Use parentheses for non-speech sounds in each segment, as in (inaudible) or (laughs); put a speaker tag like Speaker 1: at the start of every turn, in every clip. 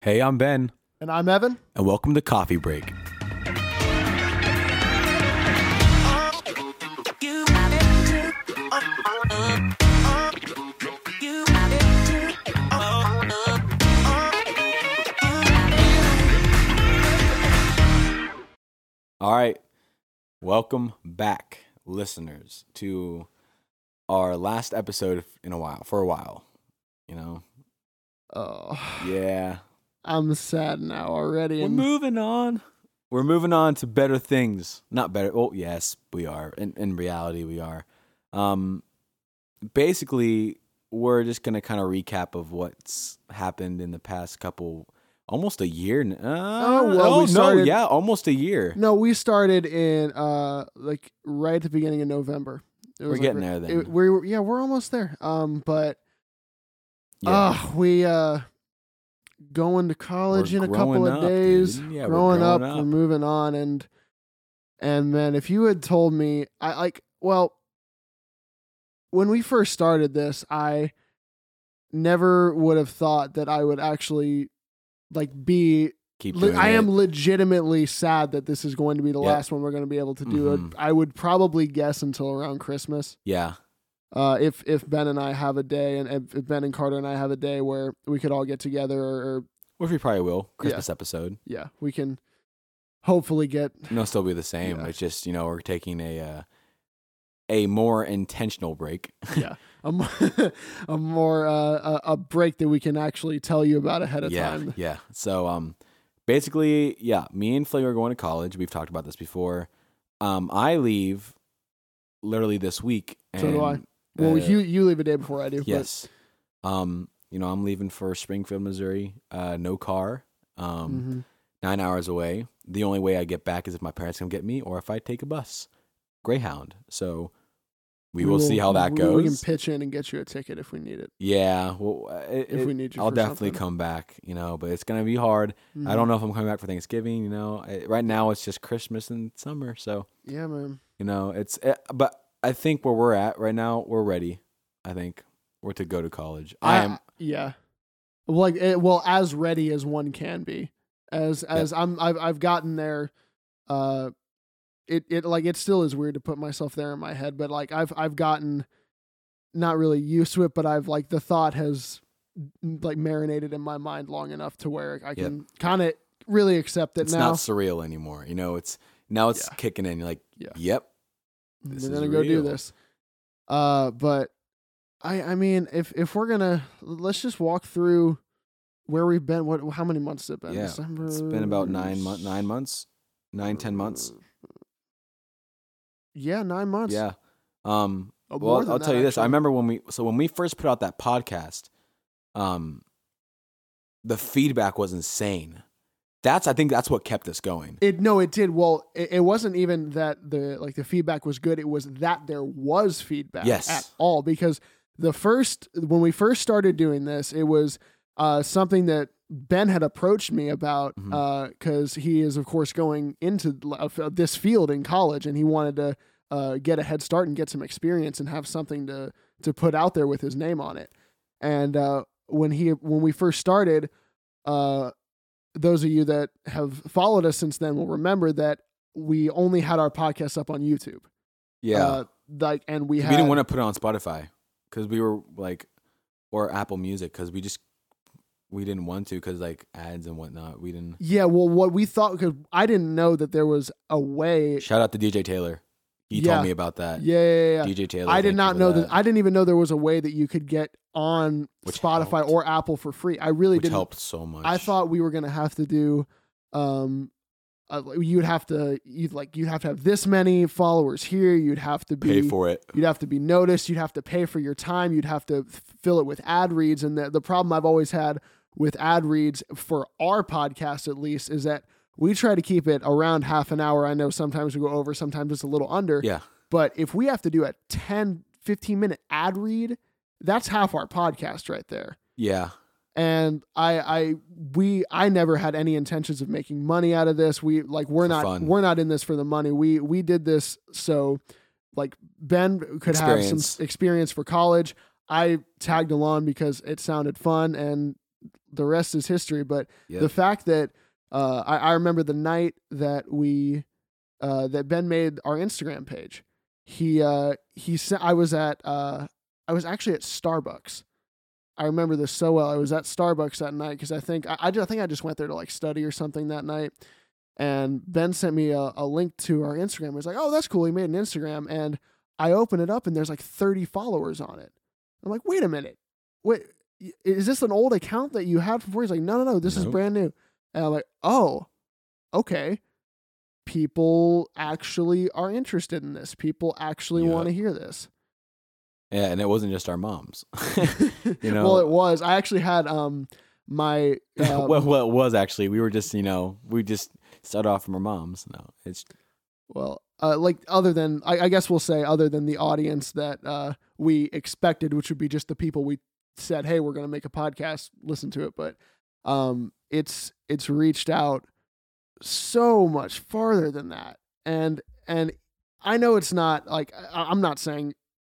Speaker 1: Hey, I'm Ben,
Speaker 2: And I'm Evan.
Speaker 1: and welcome to Coffee Break. All right. Welcome back, listeners, to our last episode in a while, for a while. You know?
Speaker 2: Oh,
Speaker 1: Yeah.
Speaker 2: I'm sad now already.
Speaker 1: We're
Speaker 2: and-
Speaker 1: moving on. We're moving on to better things. Not better. Oh, yes, we are. In in reality, we are. Um, basically, we're just gonna kind of recap of what's happened in the past couple, almost a year. n- Uh,
Speaker 2: Oh, well, we
Speaker 1: no,
Speaker 2: started-
Speaker 1: yeah, almost a year.
Speaker 2: no, we started in uh like right at the beginning of November. It
Speaker 1: We're
Speaker 2: was, like,
Speaker 1: getting
Speaker 2: right-
Speaker 1: there then.
Speaker 2: it- we were, yeah, we're almost there. Um, but
Speaker 1: Yeah.
Speaker 2: ah, we uh going to college
Speaker 1: We're
Speaker 2: in a couple
Speaker 1: growing
Speaker 2: of
Speaker 1: up,
Speaker 2: days.
Speaker 1: dude. Yeah, we're
Speaker 2: growing,
Speaker 1: growing
Speaker 2: up,
Speaker 1: up.
Speaker 2: we're moving on, and and man, if you had told me, I like well, when we first started this, I never would have thought that I would actually like be
Speaker 1: Keep
Speaker 2: Le-
Speaker 1: doing
Speaker 2: I am
Speaker 1: it.
Speaker 2: legitimately sad that this is going to be the
Speaker 1: Yep.
Speaker 2: last one we're going to be able to do.
Speaker 1: Mhm.
Speaker 2: It. I would probably guess until around Christmas.
Speaker 1: Yeah,
Speaker 2: Uh, if if Ben and I have a day, and and if Ben and Carter and I have a day where we could all get together, or, or
Speaker 1: which we probably will. Christmas episode.
Speaker 2: yeah, we can hopefully get
Speaker 1: No, still be the same.
Speaker 2: Yeah.
Speaker 1: It's just you know we're taking a uh, a more intentional break.
Speaker 2: a mo- (laughs) a more uh, a, a break that we can actually tell you about ahead of
Speaker 1: yeah,
Speaker 2: time.
Speaker 1: Yeah. So um basically, yeah, me and Flay are going to college. We've talked about this before. Um I leave literally this week and
Speaker 2: So do I. Well,
Speaker 1: uh,
Speaker 2: you you leave a day before I do. but-
Speaker 1: Yes. Um, you know, I'm leaving for Springfield, Missouri. Uh no car. Um
Speaker 2: Mhm.
Speaker 1: nine hours away. The only way I get back is if my parents come get me or if I take a bus. Greyhound. So we, will, see how that
Speaker 2: we-
Speaker 1: goes.
Speaker 2: We can pitch in and get you a ticket if we need it.
Speaker 1: yeah, well, uh, it,
Speaker 2: If
Speaker 1: it-
Speaker 2: we need you,
Speaker 1: I'll
Speaker 2: for
Speaker 1: definitely
Speaker 2: something. Mm-hmm.
Speaker 1: come back, you know, but it's gonna be hard. I
Speaker 2: Mm.
Speaker 1: don't know if I'm coming back for Thanksgiving. You know, I, right now it's just Christmas and summer, so
Speaker 2: Mhm. Yeah, man.
Speaker 1: you know it's. eh, But I think where we're at right now, we're ready. I think we're to go to college. I, am.
Speaker 2: yeah. Like it, well, as ready as one can be. As as I'm I've I've gotten there uh it it like it still is weird to put myself there in my head, but like I've I've gotten not really used to it, but I've like the thought has like marinated in my mind long enough to where I can kind of really accept it
Speaker 1: It's
Speaker 2: now.
Speaker 1: not surreal anymore. You know, it's now it's
Speaker 2: Yeah.
Speaker 1: kicking in. You're like,
Speaker 2: Yeah.
Speaker 1: yep, This
Speaker 2: we're
Speaker 1: is
Speaker 2: gonna go
Speaker 1: real.
Speaker 2: do this. Uh, but I I mean, if if we're gonna let's just walk through where we've been. What how many months has it been?
Speaker 1: Yeah,
Speaker 2: December.
Speaker 1: it's been
Speaker 2: Mm.
Speaker 1: about nine month, nine months, nine ten months.
Speaker 2: Yeah, nine months.
Speaker 1: Yeah. Um.
Speaker 2: Mm. Oh,
Speaker 1: Well,
Speaker 2: more
Speaker 1: I'll
Speaker 2: than
Speaker 1: tell
Speaker 2: that,
Speaker 1: you this. I
Speaker 2: actually.
Speaker 1: remember when we so when we first put out that podcast, um, the feedback was insane. That's I think that's what kept us going.
Speaker 2: It no, it did. Well, it, it wasn't even that the like the feedback was good. It was that there was feedback
Speaker 1: Yes.
Speaker 2: at all because the first when we first started doing this, it was uh, something that Ben had approached me about
Speaker 1: Mhm.
Speaker 2: because he is of course going into l- uh, this field in college and he wanted to uh, get a head start and get some experience and have something to to put out there with his name on it. And uh, when he when we first started, uh, those of you that have followed us since then will remember that we only had our podcast up on YouTube.
Speaker 1: Yeah.
Speaker 2: uh, like and we
Speaker 1: we
Speaker 2: had
Speaker 1: didn't want to put it on Spotify because we were like, or Apple Music because we just we didn't want to because like ads and whatnot. We didn't.
Speaker 2: Yeah, well, what we thought because I didn't know that there was a way.
Speaker 1: Shout out to DJ Taylor. He
Speaker 2: Yeah.
Speaker 1: told me about that.
Speaker 2: Yeah, yeah, yeah.
Speaker 1: DJ Taylor.
Speaker 2: I
Speaker 1: thank
Speaker 2: did
Speaker 1: you
Speaker 2: not
Speaker 1: for
Speaker 2: know that. I didn't even know there was a way that you could get on
Speaker 1: Which
Speaker 2: Spotify
Speaker 1: helped.
Speaker 2: or Apple for free. I really
Speaker 1: which
Speaker 2: didn't.
Speaker 1: helped so much.
Speaker 2: I thought we were gonna have to do, um, uh, you'd have to you'd like you'd have to have this many followers here. You'd have to be
Speaker 1: pay for it.
Speaker 2: You'd have to be noticed. You'd have to pay for your time. You'd have to f- fill it with ad reads. And the, the problem I've always had with ad reads for our podcast, at least, is that we try to keep it around half an hour. I know sometimes we go over, sometimes it's a little under.
Speaker 1: Yeah.
Speaker 2: But if we have to do a 10, 15 minute ad read, that's half our podcast right there
Speaker 1: Yeah.
Speaker 2: and I I we I never had any intentions of making money out of this. We like we're
Speaker 1: For
Speaker 2: not
Speaker 1: fun.
Speaker 2: we're not in this for the money. We we did this so like Ben could have some
Speaker 1: Experience.
Speaker 2: s- experience for college. I tagged along because it sounded fun and the rest is history. But
Speaker 1: Yep.
Speaker 2: the fact that uh, I, I remember the night that we uh, that Ben made our Instagram page. He uh, he sent. I was at uh, I was actually at Starbucks. I remember this so well. I was at Starbucks that night because I think I, I, ju- I think I just went there to like study or something that night. And Ben sent me a, a link to our Instagram. He was like, "Oh, that's cool. He made an Instagram." And I open it up, and there's like 30 followers on it. I'm like, "Wait a minute, wait, y- is this an old account that you had before?" He's like, "No, no, no. This is
Speaker 1: Nope.
Speaker 2: brand new." And I'm like, "Oh, okay. People actually are interested in this. People actually
Speaker 1: Yeah.
Speaker 2: want to hear this."
Speaker 1: Yeah, and it wasn't just our moms. (laughs)
Speaker 2: (laughs)
Speaker 1: You know?
Speaker 2: well, it was. I actually had um my uh,
Speaker 1: (laughs) well, well, it was actually. We were just, you know, we just started off from our moms. No, it's
Speaker 2: well, uh, like other than I, I guess we'll say other than the audience that uh, we expected, which would be just the people we said, hey, we're gonna make a podcast, listen to it. But um, it's it's reached out so much farther than that, and and I know it's not like I, I'm not saying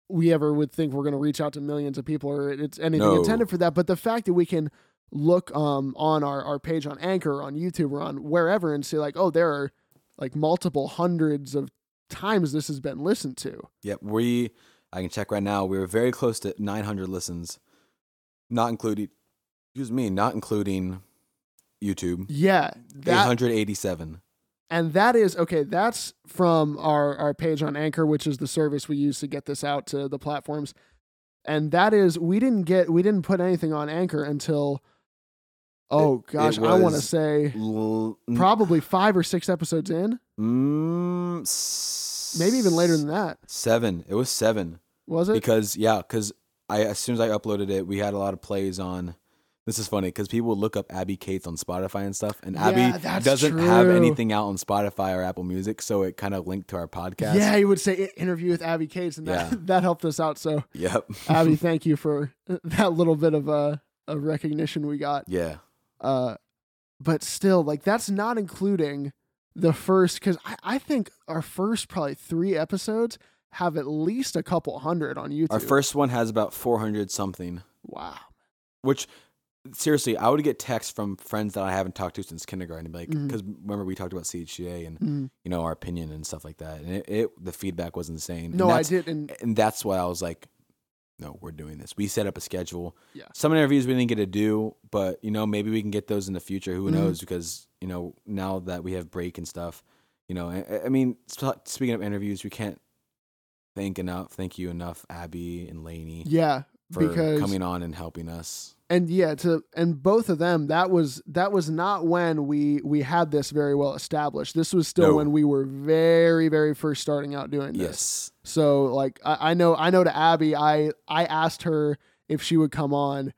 Speaker 2: we ever would think we're gonna reach out to millions of people or it's anything
Speaker 1: No.
Speaker 2: intended for that, but the fact that we can look um on our, our page on Anchor, on YouTube, or on wherever and see like, oh, there are like multiple hundreds of times this has been listened to.
Speaker 1: Yep, we. I can check right now. We were very close to 900 listens, not including. Excuse me, not including YouTube.
Speaker 2: Yeah, that
Speaker 1: 887.
Speaker 2: and that is okay. That's from our our page on Anchor, which is the service we use to get this out to the platforms. And that is we didn't get we didn't put anything on Anchor until oh
Speaker 1: It- it
Speaker 2: gosh, I want to
Speaker 1: was
Speaker 2: say
Speaker 1: L-
Speaker 2: probably five or six episodes in,
Speaker 1: mm, s-
Speaker 2: maybe even later than that.
Speaker 1: seven. It was seven
Speaker 2: Was it?
Speaker 1: because yeah, because I as soon as I uploaded it, we had a lot of plays on. This is funny because people would look up Abby Cates on Spotify and stuff, and
Speaker 2: Yeah,
Speaker 1: Abby
Speaker 2: that's
Speaker 1: doesn't have
Speaker 2: true.
Speaker 1: anything out on Spotify or Apple Music, so it kind of linked to our podcast.
Speaker 2: Yeah, you would say "I- interview with Abby Cates, and that,
Speaker 1: Yeah.
Speaker 2: (laughs) that helped us out. So,
Speaker 1: Yep. (laughs)
Speaker 2: Abby, thank you for (laughs) that little bit of uh, of recognition we got.
Speaker 1: yeah.
Speaker 2: Uh, but still, like that's not including the first because I, I think our first probably three episodes have at least a couple hundred on YouTube.
Speaker 1: Our first one has about 400 something,
Speaker 2: wow,
Speaker 1: which seriously, I would get texts from friends that I haven't talked to since kindergarten. Like,
Speaker 2: Mhm.
Speaker 1: because remember we talked about CHGA and
Speaker 2: Mm.
Speaker 1: you know our opinion and stuff like that, and it, it the feedback was insane.
Speaker 2: no,
Speaker 1: and
Speaker 2: I
Speaker 1: that's-
Speaker 2: did, and
Speaker 1: and that's why I was like, no, we're doing this. We set up a schedule.
Speaker 2: Yeah.
Speaker 1: Some interviews we didn't get to do, but you know maybe we can get those in the future. Who
Speaker 2: Mhm.
Speaker 1: knows? Because you know now that we have break and stuff, you know. I, I mean, sp- speaking of interviews, we can't thank enough, thank you enough, Abby and Lainey
Speaker 2: yeah,
Speaker 1: for
Speaker 2: because
Speaker 1: coming on and helping us.
Speaker 2: and yeah to and both of them that was that was not when we we had this very well established this was still
Speaker 1: No.
Speaker 2: when we were very very first starting out doing this
Speaker 1: Yes.
Speaker 2: so like I, I know I know to Abby, I I asked her if she would come on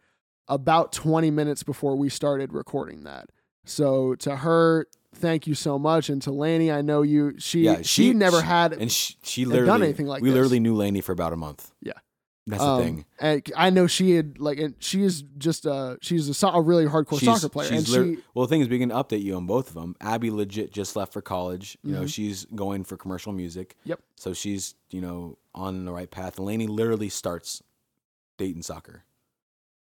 Speaker 2: about 20 minutes before we started recording that. So to her, thank you so much, and to Laney, I know you. She
Speaker 1: Yeah,
Speaker 2: she,
Speaker 1: she-
Speaker 2: never
Speaker 1: she-
Speaker 2: had.
Speaker 1: And she, she
Speaker 2: done
Speaker 1: literally
Speaker 2: anything like
Speaker 1: we
Speaker 2: this.
Speaker 1: literally knew Lainey for about a month.
Speaker 2: Yeah.
Speaker 1: That's
Speaker 2: um,
Speaker 1: the thing.
Speaker 2: and I know she had like, and she is just uh she's a, so- a really hardcore
Speaker 1: She's-
Speaker 2: soccer player, and
Speaker 1: she's
Speaker 2: she
Speaker 1: lit- well, the thing is, we can update you on both of them. Abby legit just left for college. You know,
Speaker 2: Mhm.
Speaker 1: she's going for commercial music.
Speaker 2: Yep.
Speaker 1: So she's you know on the right path. And Lainey literally starts Dayton soccer.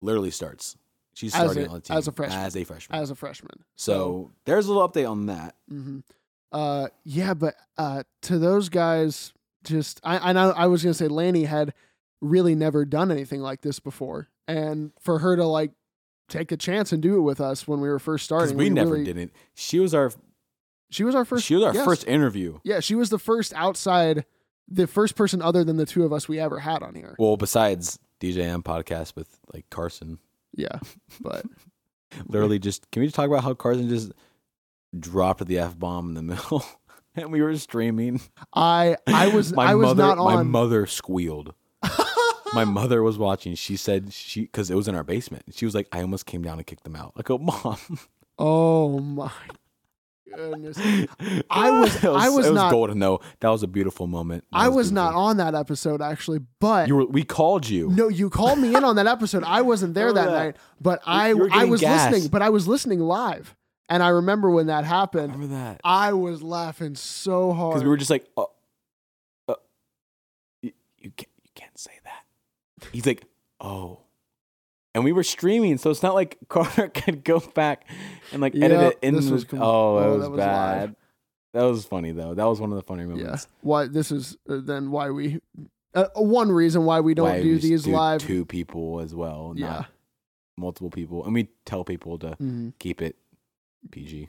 Speaker 1: Literally starts. She's
Speaker 2: As
Speaker 1: starting
Speaker 2: a-
Speaker 1: on the team
Speaker 2: as a freshman.
Speaker 1: As a freshman.
Speaker 2: as a freshman.
Speaker 1: so there's a little update on that.
Speaker 2: Mm-hmm. Uh, yeah, but uh, to those guys, just I I, know, I was gonna say Lanny had really never done anything like this before, and for her to like take a chance and do it with us when we were first
Speaker 1: Because
Speaker 2: starting,
Speaker 1: we, never
Speaker 2: really-
Speaker 1: did it. She was our
Speaker 2: She was our first.
Speaker 1: she was our
Speaker 2: yes.
Speaker 1: first interview.
Speaker 2: Yeah, she was the first outside, the first person other than the two of us we ever had on here.
Speaker 1: Well, besides DJM podcast with like Carson.
Speaker 2: Yeah, but
Speaker 1: literally just can we just talk about how Carson just dropped the f bomb in the (laughs) middle and we were streaming.
Speaker 2: I I
Speaker 1: (laughs)
Speaker 2: was
Speaker 1: my
Speaker 2: I was
Speaker 1: mother,
Speaker 2: not on.
Speaker 1: My mother squealed. my mother was watching. She said she because it was in our basement. She was like, I almost came down and kicked them out. I go, mom.
Speaker 2: (laughs) oh my
Speaker 1: (laughs)
Speaker 2: goodness.
Speaker 1: I
Speaker 2: was- I was
Speaker 1: it was
Speaker 2: not-
Speaker 1: golden though. That was a beautiful moment. That
Speaker 2: I was
Speaker 1: beautiful.
Speaker 2: not on that episode actually, but
Speaker 1: You were. We called you.
Speaker 2: No, you called me in on that episode. I wasn't there that
Speaker 1: Remember that.
Speaker 2: night, but I
Speaker 1: you were
Speaker 2: I
Speaker 1: getting
Speaker 2: was
Speaker 1: gas.
Speaker 2: listening, but I was listening live. And I remember when that happened,
Speaker 1: Remember that?
Speaker 2: I was laughing so hard.
Speaker 1: Because we were just like, uh, uh, you, you can't, you can't say that. He's like, oh, and we were streaming, so it's not like (laughs) Carter could go back and like edit
Speaker 2: Yeah,
Speaker 1: it in.
Speaker 2: this
Speaker 1: the,
Speaker 2: was com-
Speaker 1: oh, that
Speaker 2: oh,
Speaker 1: was
Speaker 2: that was
Speaker 1: bad.
Speaker 2: live.
Speaker 1: That was funny though. That was one of the funny moments.
Speaker 2: Yeah. Why this is uh, then why we uh, one reason why we don't
Speaker 1: Why we
Speaker 2: do
Speaker 1: just
Speaker 2: these live.
Speaker 1: Two people as well,
Speaker 2: yeah.
Speaker 1: not multiple people, and we tell people to
Speaker 2: Mhm.
Speaker 1: keep it PG.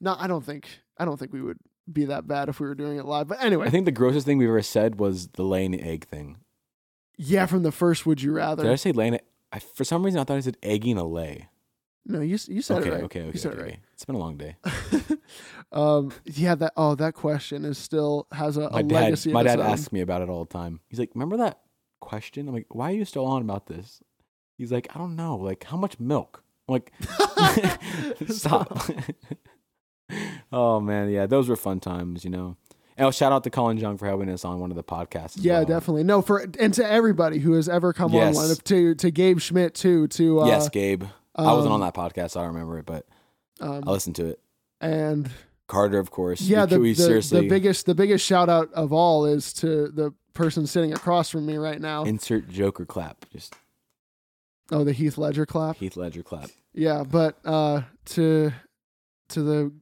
Speaker 2: No, I don't think I don't think we would be that bad if we were doing it live. But anyway,
Speaker 1: I think the grossest thing we ever said was the laying the egg thing.
Speaker 2: yeah, from the first, would you rather?
Speaker 1: Did I say laying? it- I, for some reason, I thought I said egging a lay.
Speaker 2: no, you s- you said
Speaker 1: Okay,
Speaker 2: it right.
Speaker 1: okay, okay,
Speaker 2: you said
Speaker 1: okay,
Speaker 2: it right.
Speaker 1: okay. It's been a long day.
Speaker 2: um, yeah, that oh, that question is still has a,
Speaker 1: my
Speaker 2: a
Speaker 1: dad,
Speaker 2: legacy.
Speaker 1: my
Speaker 2: of its
Speaker 1: dad
Speaker 2: own.
Speaker 1: asks me about it all the time. He's like, "Remember that question?" I'm like, "Why are you still on about this?" He's like, "I don't know. Like, how much milk?" I'm
Speaker 2: (laughs)
Speaker 1: like, (laughs) stop. oh man, yeah, those were fun times, you know. And I'll shout out to Colin Jung for having us on one of the podcasts. as
Speaker 2: Yeah,
Speaker 1: well.
Speaker 2: definitely. No, for and to everybody who has ever come
Speaker 1: Yes.
Speaker 2: on one of- to to Gabe Schmidt too to uh,
Speaker 1: yes, Gabe. I wasn't on
Speaker 2: um,
Speaker 1: that podcast. I don't remember it, but I
Speaker 2: um,
Speaker 1: listened to it.
Speaker 2: and
Speaker 1: Carter, of course.
Speaker 2: yeah,
Speaker 1: We-
Speaker 2: the,
Speaker 1: we
Speaker 2: the,
Speaker 1: seriously
Speaker 2: the biggest the biggest shout out of all is to the person sitting across from me right now.
Speaker 1: insert Joker clap, just
Speaker 2: oh, the Heath Ledger clap.
Speaker 1: Heath Ledger clap.
Speaker 2: Yeah, but uh, to to the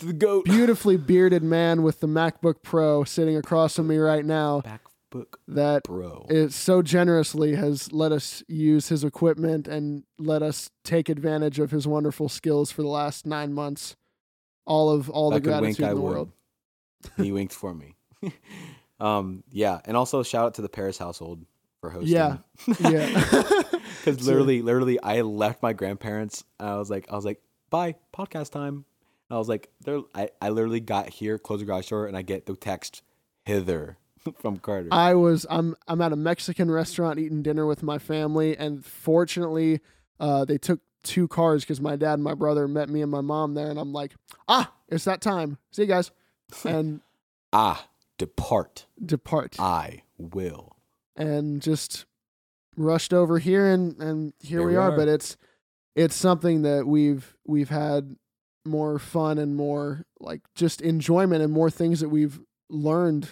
Speaker 1: The goat.
Speaker 2: beautifully bearded man with the MacBook Pro sitting across from me right now
Speaker 1: Back book,
Speaker 2: that
Speaker 1: bro.
Speaker 2: it so generously has let us use his equipment and let us take advantage of his wonderful skills for the last nine months. All of all
Speaker 1: If I
Speaker 2: the
Speaker 1: could
Speaker 2: gratitude in the
Speaker 1: would.
Speaker 2: world.
Speaker 1: (laughs) he winked for me. (laughs) um, yeah, and also shout out to the Paris household for hosting. (laughs)
Speaker 2: Yeah. Yeah.
Speaker 1: because literally, literally, I left my grandparents. And I was like, I was like, bye, podcast time. And I was like, they're, I, I literally got here, closed the garage door, and I get the text hither (laughs) from Carter.
Speaker 2: I was I'm I'm at a Mexican restaurant eating dinner with my family, and fortunately, uh, they took two cars because my dad and my brother met me and my mom there, and I'm like, ah, it's that time. See you guys, and
Speaker 1: ah, depart.
Speaker 2: depart,
Speaker 1: I will.
Speaker 2: and just rushed over here, and and here,
Speaker 1: Here
Speaker 2: we
Speaker 1: we
Speaker 2: are.
Speaker 1: are.
Speaker 2: But it's it's something that we've we've had more fun and more like just enjoyment and more things that we've learned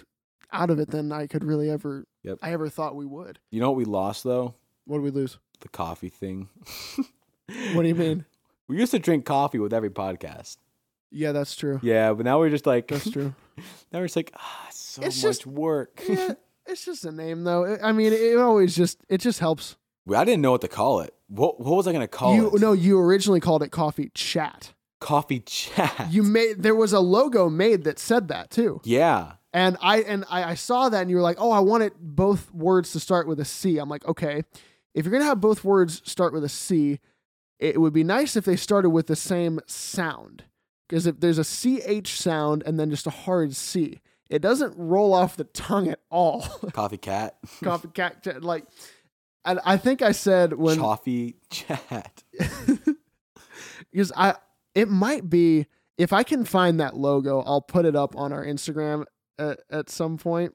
Speaker 2: out of it than I could really ever
Speaker 1: Yep.
Speaker 2: I ever thought we would.
Speaker 1: You know what we lost though?
Speaker 2: What did we lose?
Speaker 1: The coffee thing. (laughs)
Speaker 2: What do you mean?
Speaker 1: We used to drink coffee with every podcast.
Speaker 2: Yeah, that's true.
Speaker 1: Yeah, but now we're just like
Speaker 2: That's true.
Speaker 1: (laughs) Now it's like, ah, so
Speaker 2: It's
Speaker 1: much
Speaker 2: just-
Speaker 1: work.
Speaker 2: yeah, it's just a name though. It- I mean, it always just it just helps.
Speaker 1: Well, I didn't know what to call it. What what was I gonna call
Speaker 2: you
Speaker 1: it?
Speaker 2: no, you originally called it coffee chat.
Speaker 1: Coffee chat.
Speaker 2: You made there was a logo made that said that too.
Speaker 1: (laughs) yeah.
Speaker 2: And I and I, I saw that and you were like, "Oh, I want it both words to start with a C." I'm like, "Okay. If you're going to have both words start with a C, it would be nice if they started with the same sound. Because if there's a CH sound and then just a hard C, it doesn't roll off the tongue at all. (laughs)
Speaker 1: Coffee cat.
Speaker 2: coffee cat cat- like and I think I said when
Speaker 1: Coffee chat.
Speaker 2: because I it might be if I can find that logo, I'll put it up on our Instagram at, at some point.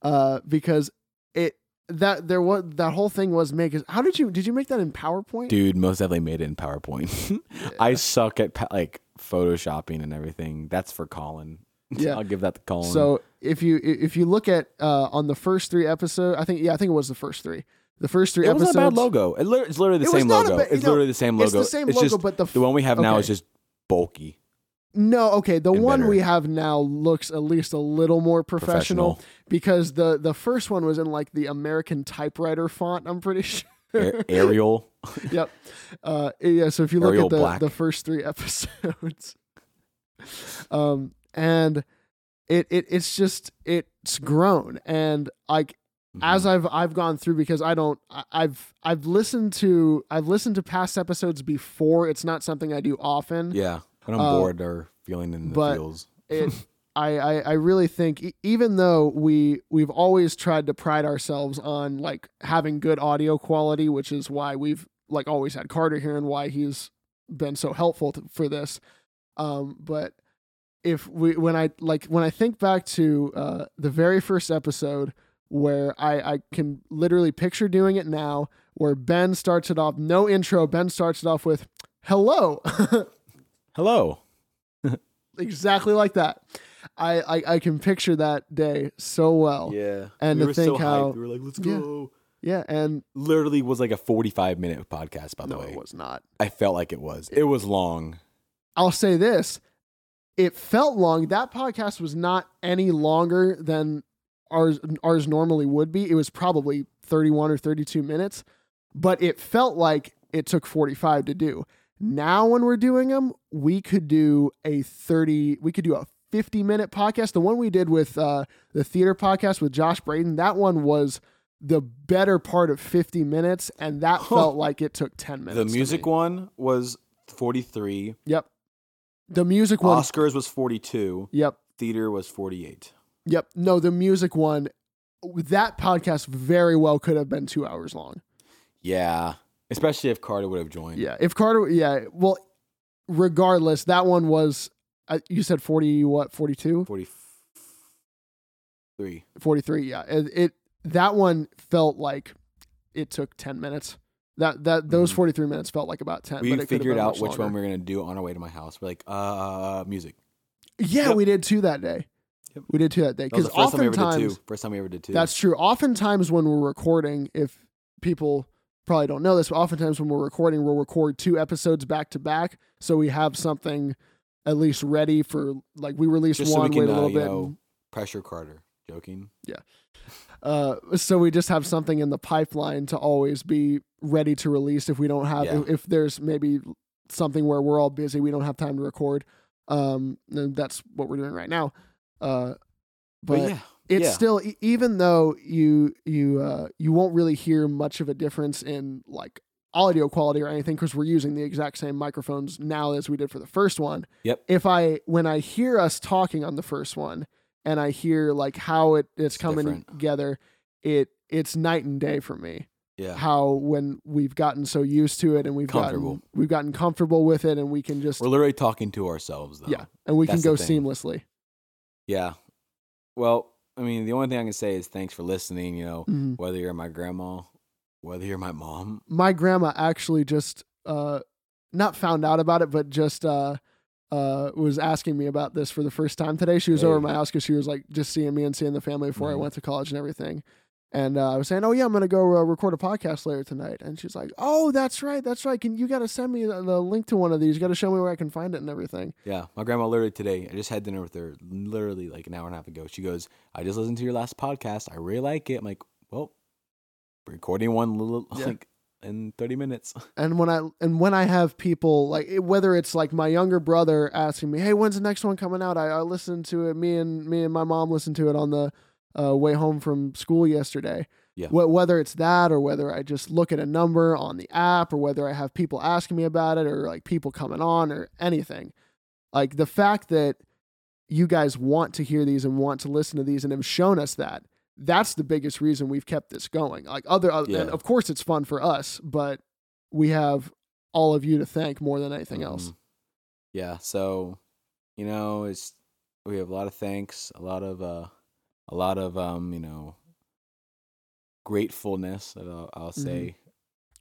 Speaker 2: Uh, because it that there was that whole thing was made. 'cause How did you did you make that in PowerPoint?
Speaker 1: Dude, most definitely made it in PowerPoint. (laughs) I suck at pa- like photoshopping and everything. That's for Colin. (laughs)
Speaker 2: Yeah.
Speaker 1: I'll give that to Colin.
Speaker 2: So if you if you look at uh on the first three episodes, I think yeah, I think it was the first three. The first three
Speaker 1: it
Speaker 2: episodes.
Speaker 1: wasn't a bad logo. It lit- it's literally the
Speaker 2: It was
Speaker 1: same
Speaker 2: not a
Speaker 1: logo.
Speaker 2: ba-
Speaker 1: it's
Speaker 2: no,
Speaker 1: literally the same logo.
Speaker 2: It's the same
Speaker 1: It's
Speaker 2: logo,
Speaker 1: just-
Speaker 2: but the
Speaker 1: the one we have now
Speaker 2: okay.
Speaker 1: is just bulky,
Speaker 2: No, okay. The
Speaker 1: and
Speaker 2: one
Speaker 1: better.
Speaker 2: we have now looks at least a little more professional,
Speaker 1: professional.
Speaker 2: because the the first one was in like the American typewriter font. I'm pretty (laughs) sure.
Speaker 1: A- Arial.
Speaker 2: yep. Uh, yeah. So if you look
Speaker 1: Arial
Speaker 2: at the
Speaker 1: black.
Speaker 2: the first three (laughs) episodes, um, and it it it's just it's grown and like as I've I've gone through because I don't I, I've I've listened to I've listened to past episodes before. It's not something I do often.
Speaker 1: Yeah. When I'm
Speaker 2: Uh,
Speaker 1: bored or feeling in the
Speaker 2: but-
Speaker 1: feels.
Speaker 2: it I, I I really think e- even though we we've always tried to pride ourselves on like having good audio quality, which is why we've like always had Carter here and why he's been so helpful to, for this. Um, but if we when I like when I think back to uh, the very first episode where I I can literally picture doing it now, where Ben starts it off no intro, Ben starts it off with hello. (laughs)
Speaker 1: Hello.
Speaker 2: exactly like that. I, I I can picture that day so well.
Speaker 1: Oh. Yeah.
Speaker 2: And
Speaker 1: we
Speaker 2: to
Speaker 1: were
Speaker 2: think
Speaker 1: so
Speaker 2: how-
Speaker 1: hyped. We were like, let's
Speaker 2: Yeah.
Speaker 1: go.
Speaker 2: Yeah, and
Speaker 1: Literally was like a 45 minute podcast, by the
Speaker 2: no,
Speaker 1: way.
Speaker 2: it was not.
Speaker 1: I felt like it was. It was long.
Speaker 2: I'll say this: it felt long. That podcast was not any longer than ours ours normally would be. It was probably thirty-one or thirty-two minutes, but it felt like it took forty-five to do. Now, when we're doing them, we could do a thirty. We could do a fifty-minute podcast. The one we did with uh, the theater podcast with Josh Braden, that one was the better part of fifty minutes, and that
Speaker 1: Huh.
Speaker 2: felt like it took ten minutes.
Speaker 1: The
Speaker 2: to
Speaker 1: music
Speaker 2: me.
Speaker 1: one was 43.
Speaker 2: Yep. The music one.
Speaker 1: Oscars was 42.
Speaker 2: Yep.
Speaker 1: Theater was 48.
Speaker 2: Yep. No, the music one. That podcast very well could have been two hours long.
Speaker 1: Yeah. Especially if Carter would have joined.
Speaker 2: Yeah. If Carter. Yeah. Well, regardless, that one was. Uh, you said forty what? Forty two.
Speaker 1: 43.
Speaker 2: 43 yeah it, it that one felt like it took 10 minutes that that those
Speaker 1: Mhm.
Speaker 2: 43 minutes felt like about 10
Speaker 1: We
Speaker 2: but it could have
Speaker 1: figured
Speaker 2: been
Speaker 1: out
Speaker 2: much
Speaker 1: which one
Speaker 2: longer.
Speaker 1: we are going to do on our way to my house. We're like, uh, music.
Speaker 2: yeah
Speaker 1: Yep.
Speaker 2: we did two that day
Speaker 1: Yep.
Speaker 2: we did two that day
Speaker 1: That was
Speaker 2: because
Speaker 1: the first time we ever did
Speaker 2: oftentimes
Speaker 1: two. First time we ever did two.
Speaker 2: that's true oftentimes when we're recording if people probably don't know this but oftentimes when we're recording we'll record two episodes back to back so we have something at least ready for like we release
Speaker 1: Just so we
Speaker 2: one wait
Speaker 1: can,
Speaker 2: a
Speaker 1: uh,
Speaker 2: little
Speaker 1: you
Speaker 2: bit
Speaker 1: know,
Speaker 2: and-
Speaker 1: pressure Carter. Joking.
Speaker 2: Uh, so we just have something in the pipeline to always be ready to release if we don't have
Speaker 1: Yeah.
Speaker 2: if, if there's maybe something where we're all busy we don't have time to record um then that's what we're doing right now uh but,
Speaker 1: But, yeah.
Speaker 2: it's
Speaker 1: yeah.
Speaker 2: still e- even though you you uh you won't really hear much of a difference in like audio quality or anything because we're using the exact same microphones now as we did for the first one
Speaker 1: Yep.
Speaker 2: if i when i hear us talking on the first one and i hear like how it it's,
Speaker 1: It's
Speaker 2: coming
Speaker 1: different.
Speaker 2: together it it's night and day for me
Speaker 1: Yeah.
Speaker 2: how when we've gotten so used to it and we've
Speaker 1: Comfortable.
Speaker 2: gotten we've gotten comfortable with it and we can just
Speaker 1: We're literally talking to ourselves, though.
Speaker 2: yeah and we can
Speaker 1: That's the
Speaker 2: go
Speaker 1: thing.
Speaker 2: seamlessly
Speaker 1: Yeah. Well, I mean, the only thing I can say is thanks for listening. You know,
Speaker 2: Mhm.
Speaker 1: whether you're my grandma, whether you're my mom,
Speaker 2: my grandma actually just uh not found out about it but just uh uh was asking me about this for the first time today she was over
Speaker 1: Hey.
Speaker 2: at my house because she was like just seeing me and seeing the family before i
Speaker 1: Mhm.
Speaker 2: went to college and everything and uh, i was saying oh yeah i'm gonna go uh, record a podcast later tonight and she's like oh that's right that's right can you gotta send me the, the link to one of these you gotta show me where i can find it and everything
Speaker 1: yeah, my grandma literally today, I just had dinner with her literally like an hour and a half ago. She goes, I just listened to your last podcast. I really like it. I'm like, well, we're recording one little, (laughs)
Speaker 2: Yeah.
Speaker 1: like in 30 minutes.
Speaker 2: and when i and when i have people like it- whether it's like my younger brother asking me hey when's the next one coming out i, I listened to it me and me and my mom listened to it on the uh, way home from school yesterday
Speaker 1: Yeah.
Speaker 2: Wh- whether it's that or whether i just look at a number on the app or whether i have people asking me about it or like people coming on or anything like the fact that you guys want to hear these and want to listen to these and have shown us that that's the biggest reason we've kept this going like other uh,
Speaker 1: Yeah.
Speaker 2: and of course it's fun for us but we have all of you to thank more than anything else
Speaker 1: Mhm. Yeah. So, you know, it's we have a lot of thanks, a lot of uh, a lot of um, you know, gratefulness. That I'll, I'll
Speaker 2: Mhm.
Speaker 1: say,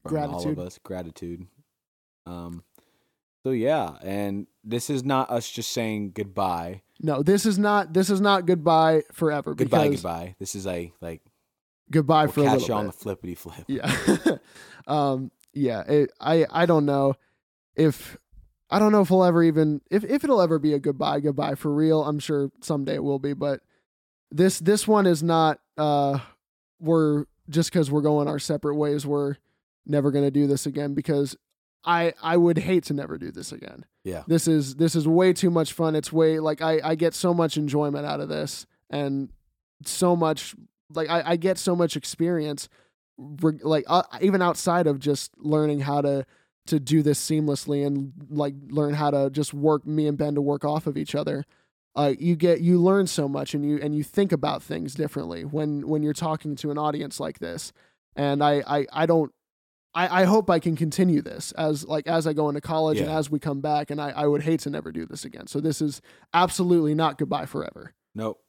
Speaker 1: from all
Speaker 2: Gratitude.
Speaker 1: of us, gratitude. Um. So yeah, and this is not us just saying goodbye,
Speaker 2: no this is not this is not goodbye forever
Speaker 1: goodbye,
Speaker 2: because
Speaker 1: goodbye. This is a like
Speaker 2: goodbye
Speaker 1: we'll
Speaker 2: for a
Speaker 1: catch you
Speaker 2: little
Speaker 1: on the
Speaker 2: bit.
Speaker 1: flippity (laughs) flip.
Speaker 2: yeah (laughs) um yeah it, i i don't know if i don't know if we'll ever even if, if it'll ever be a goodbye goodbye for real i'm sure someday it will be but this this one is not uh we're just because we're going our separate ways we're never going to do this again because i i would hate to never do this again
Speaker 1: Yeah.
Speaker 2: this is this is way too much fun it's way like i i get so much enjoyment out of this and so much like i i get so much experience re- like uh, even outside of just learning how to to do this seamlessly and like learn how to just work me and ben to work off of each other uh, you get you learn so much and you and you think about things differently when when you're talking to an audience like this and i i, I don't I, I hope I can continue this as like as I go into college and
Speaker 1: Yeah.
Speaker 2: as we come back and I, I would hate to never do this again. So this is absolutely not goodbye forever.
Speaker 1: Nope.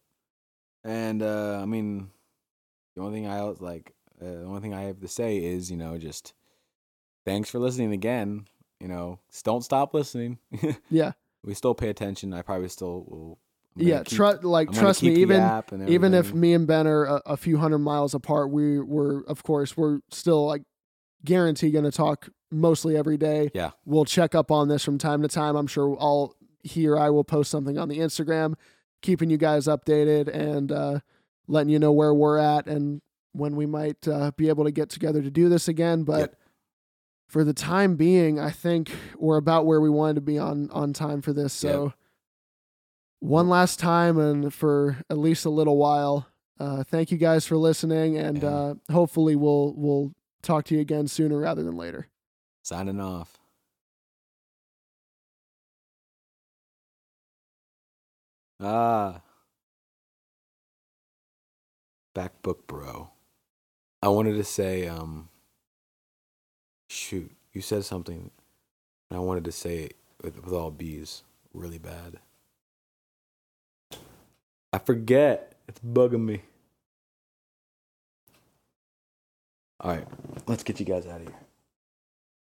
Speaker 1: And uh, I mean, the only thing I was like, uh, the only thing I have to say is, you know, just thanks for listening again. You know, s- don't stop listening. (laughs)
Speaker 2: Yeah.
Speaker 1: we still pay attention. I probably still will I'm gonna
Speaker 2: yeah,
Speaker 1: keep-
Speaker 2: trust like
Speaker 1: I'm gonna
Speaker 2: trust me,
Speaker 1: keep the
Speaker 2: even
Speaker 1: app and
Speaker 2: even if
Speaker 1: everything.
Speaker 2: me and Ben are a, a few hundred miles apart, we were of course we're still like guarantee going to talk mostly every day.
Speaker 1: Yeah.
Speaker 2: we'll check up on this from time to time. I'm sure I'll here I will post something on the Instagram, keeping you guys updated and uh, letting you know where we're at and when we might uh, be able to get together to do this again. But
Speaker 1: Yep.
Speaker 2: for the time being, I think we're about where we wanted to be on on time for this. So one last time and for at least a little while. Uh, thank you guys for listening, and
Speaker 1: Yeah.
Speaker 2: uh, hopefully we'll we'll talk to you again sooner rather than later.
Speaker 1: signing off. Ah. Backbook bro. I wanted to say um shoot, you said something and I wanted to say it with, with all B's really bad. I forget. It's bugging me. All right, let's get you guys out of here.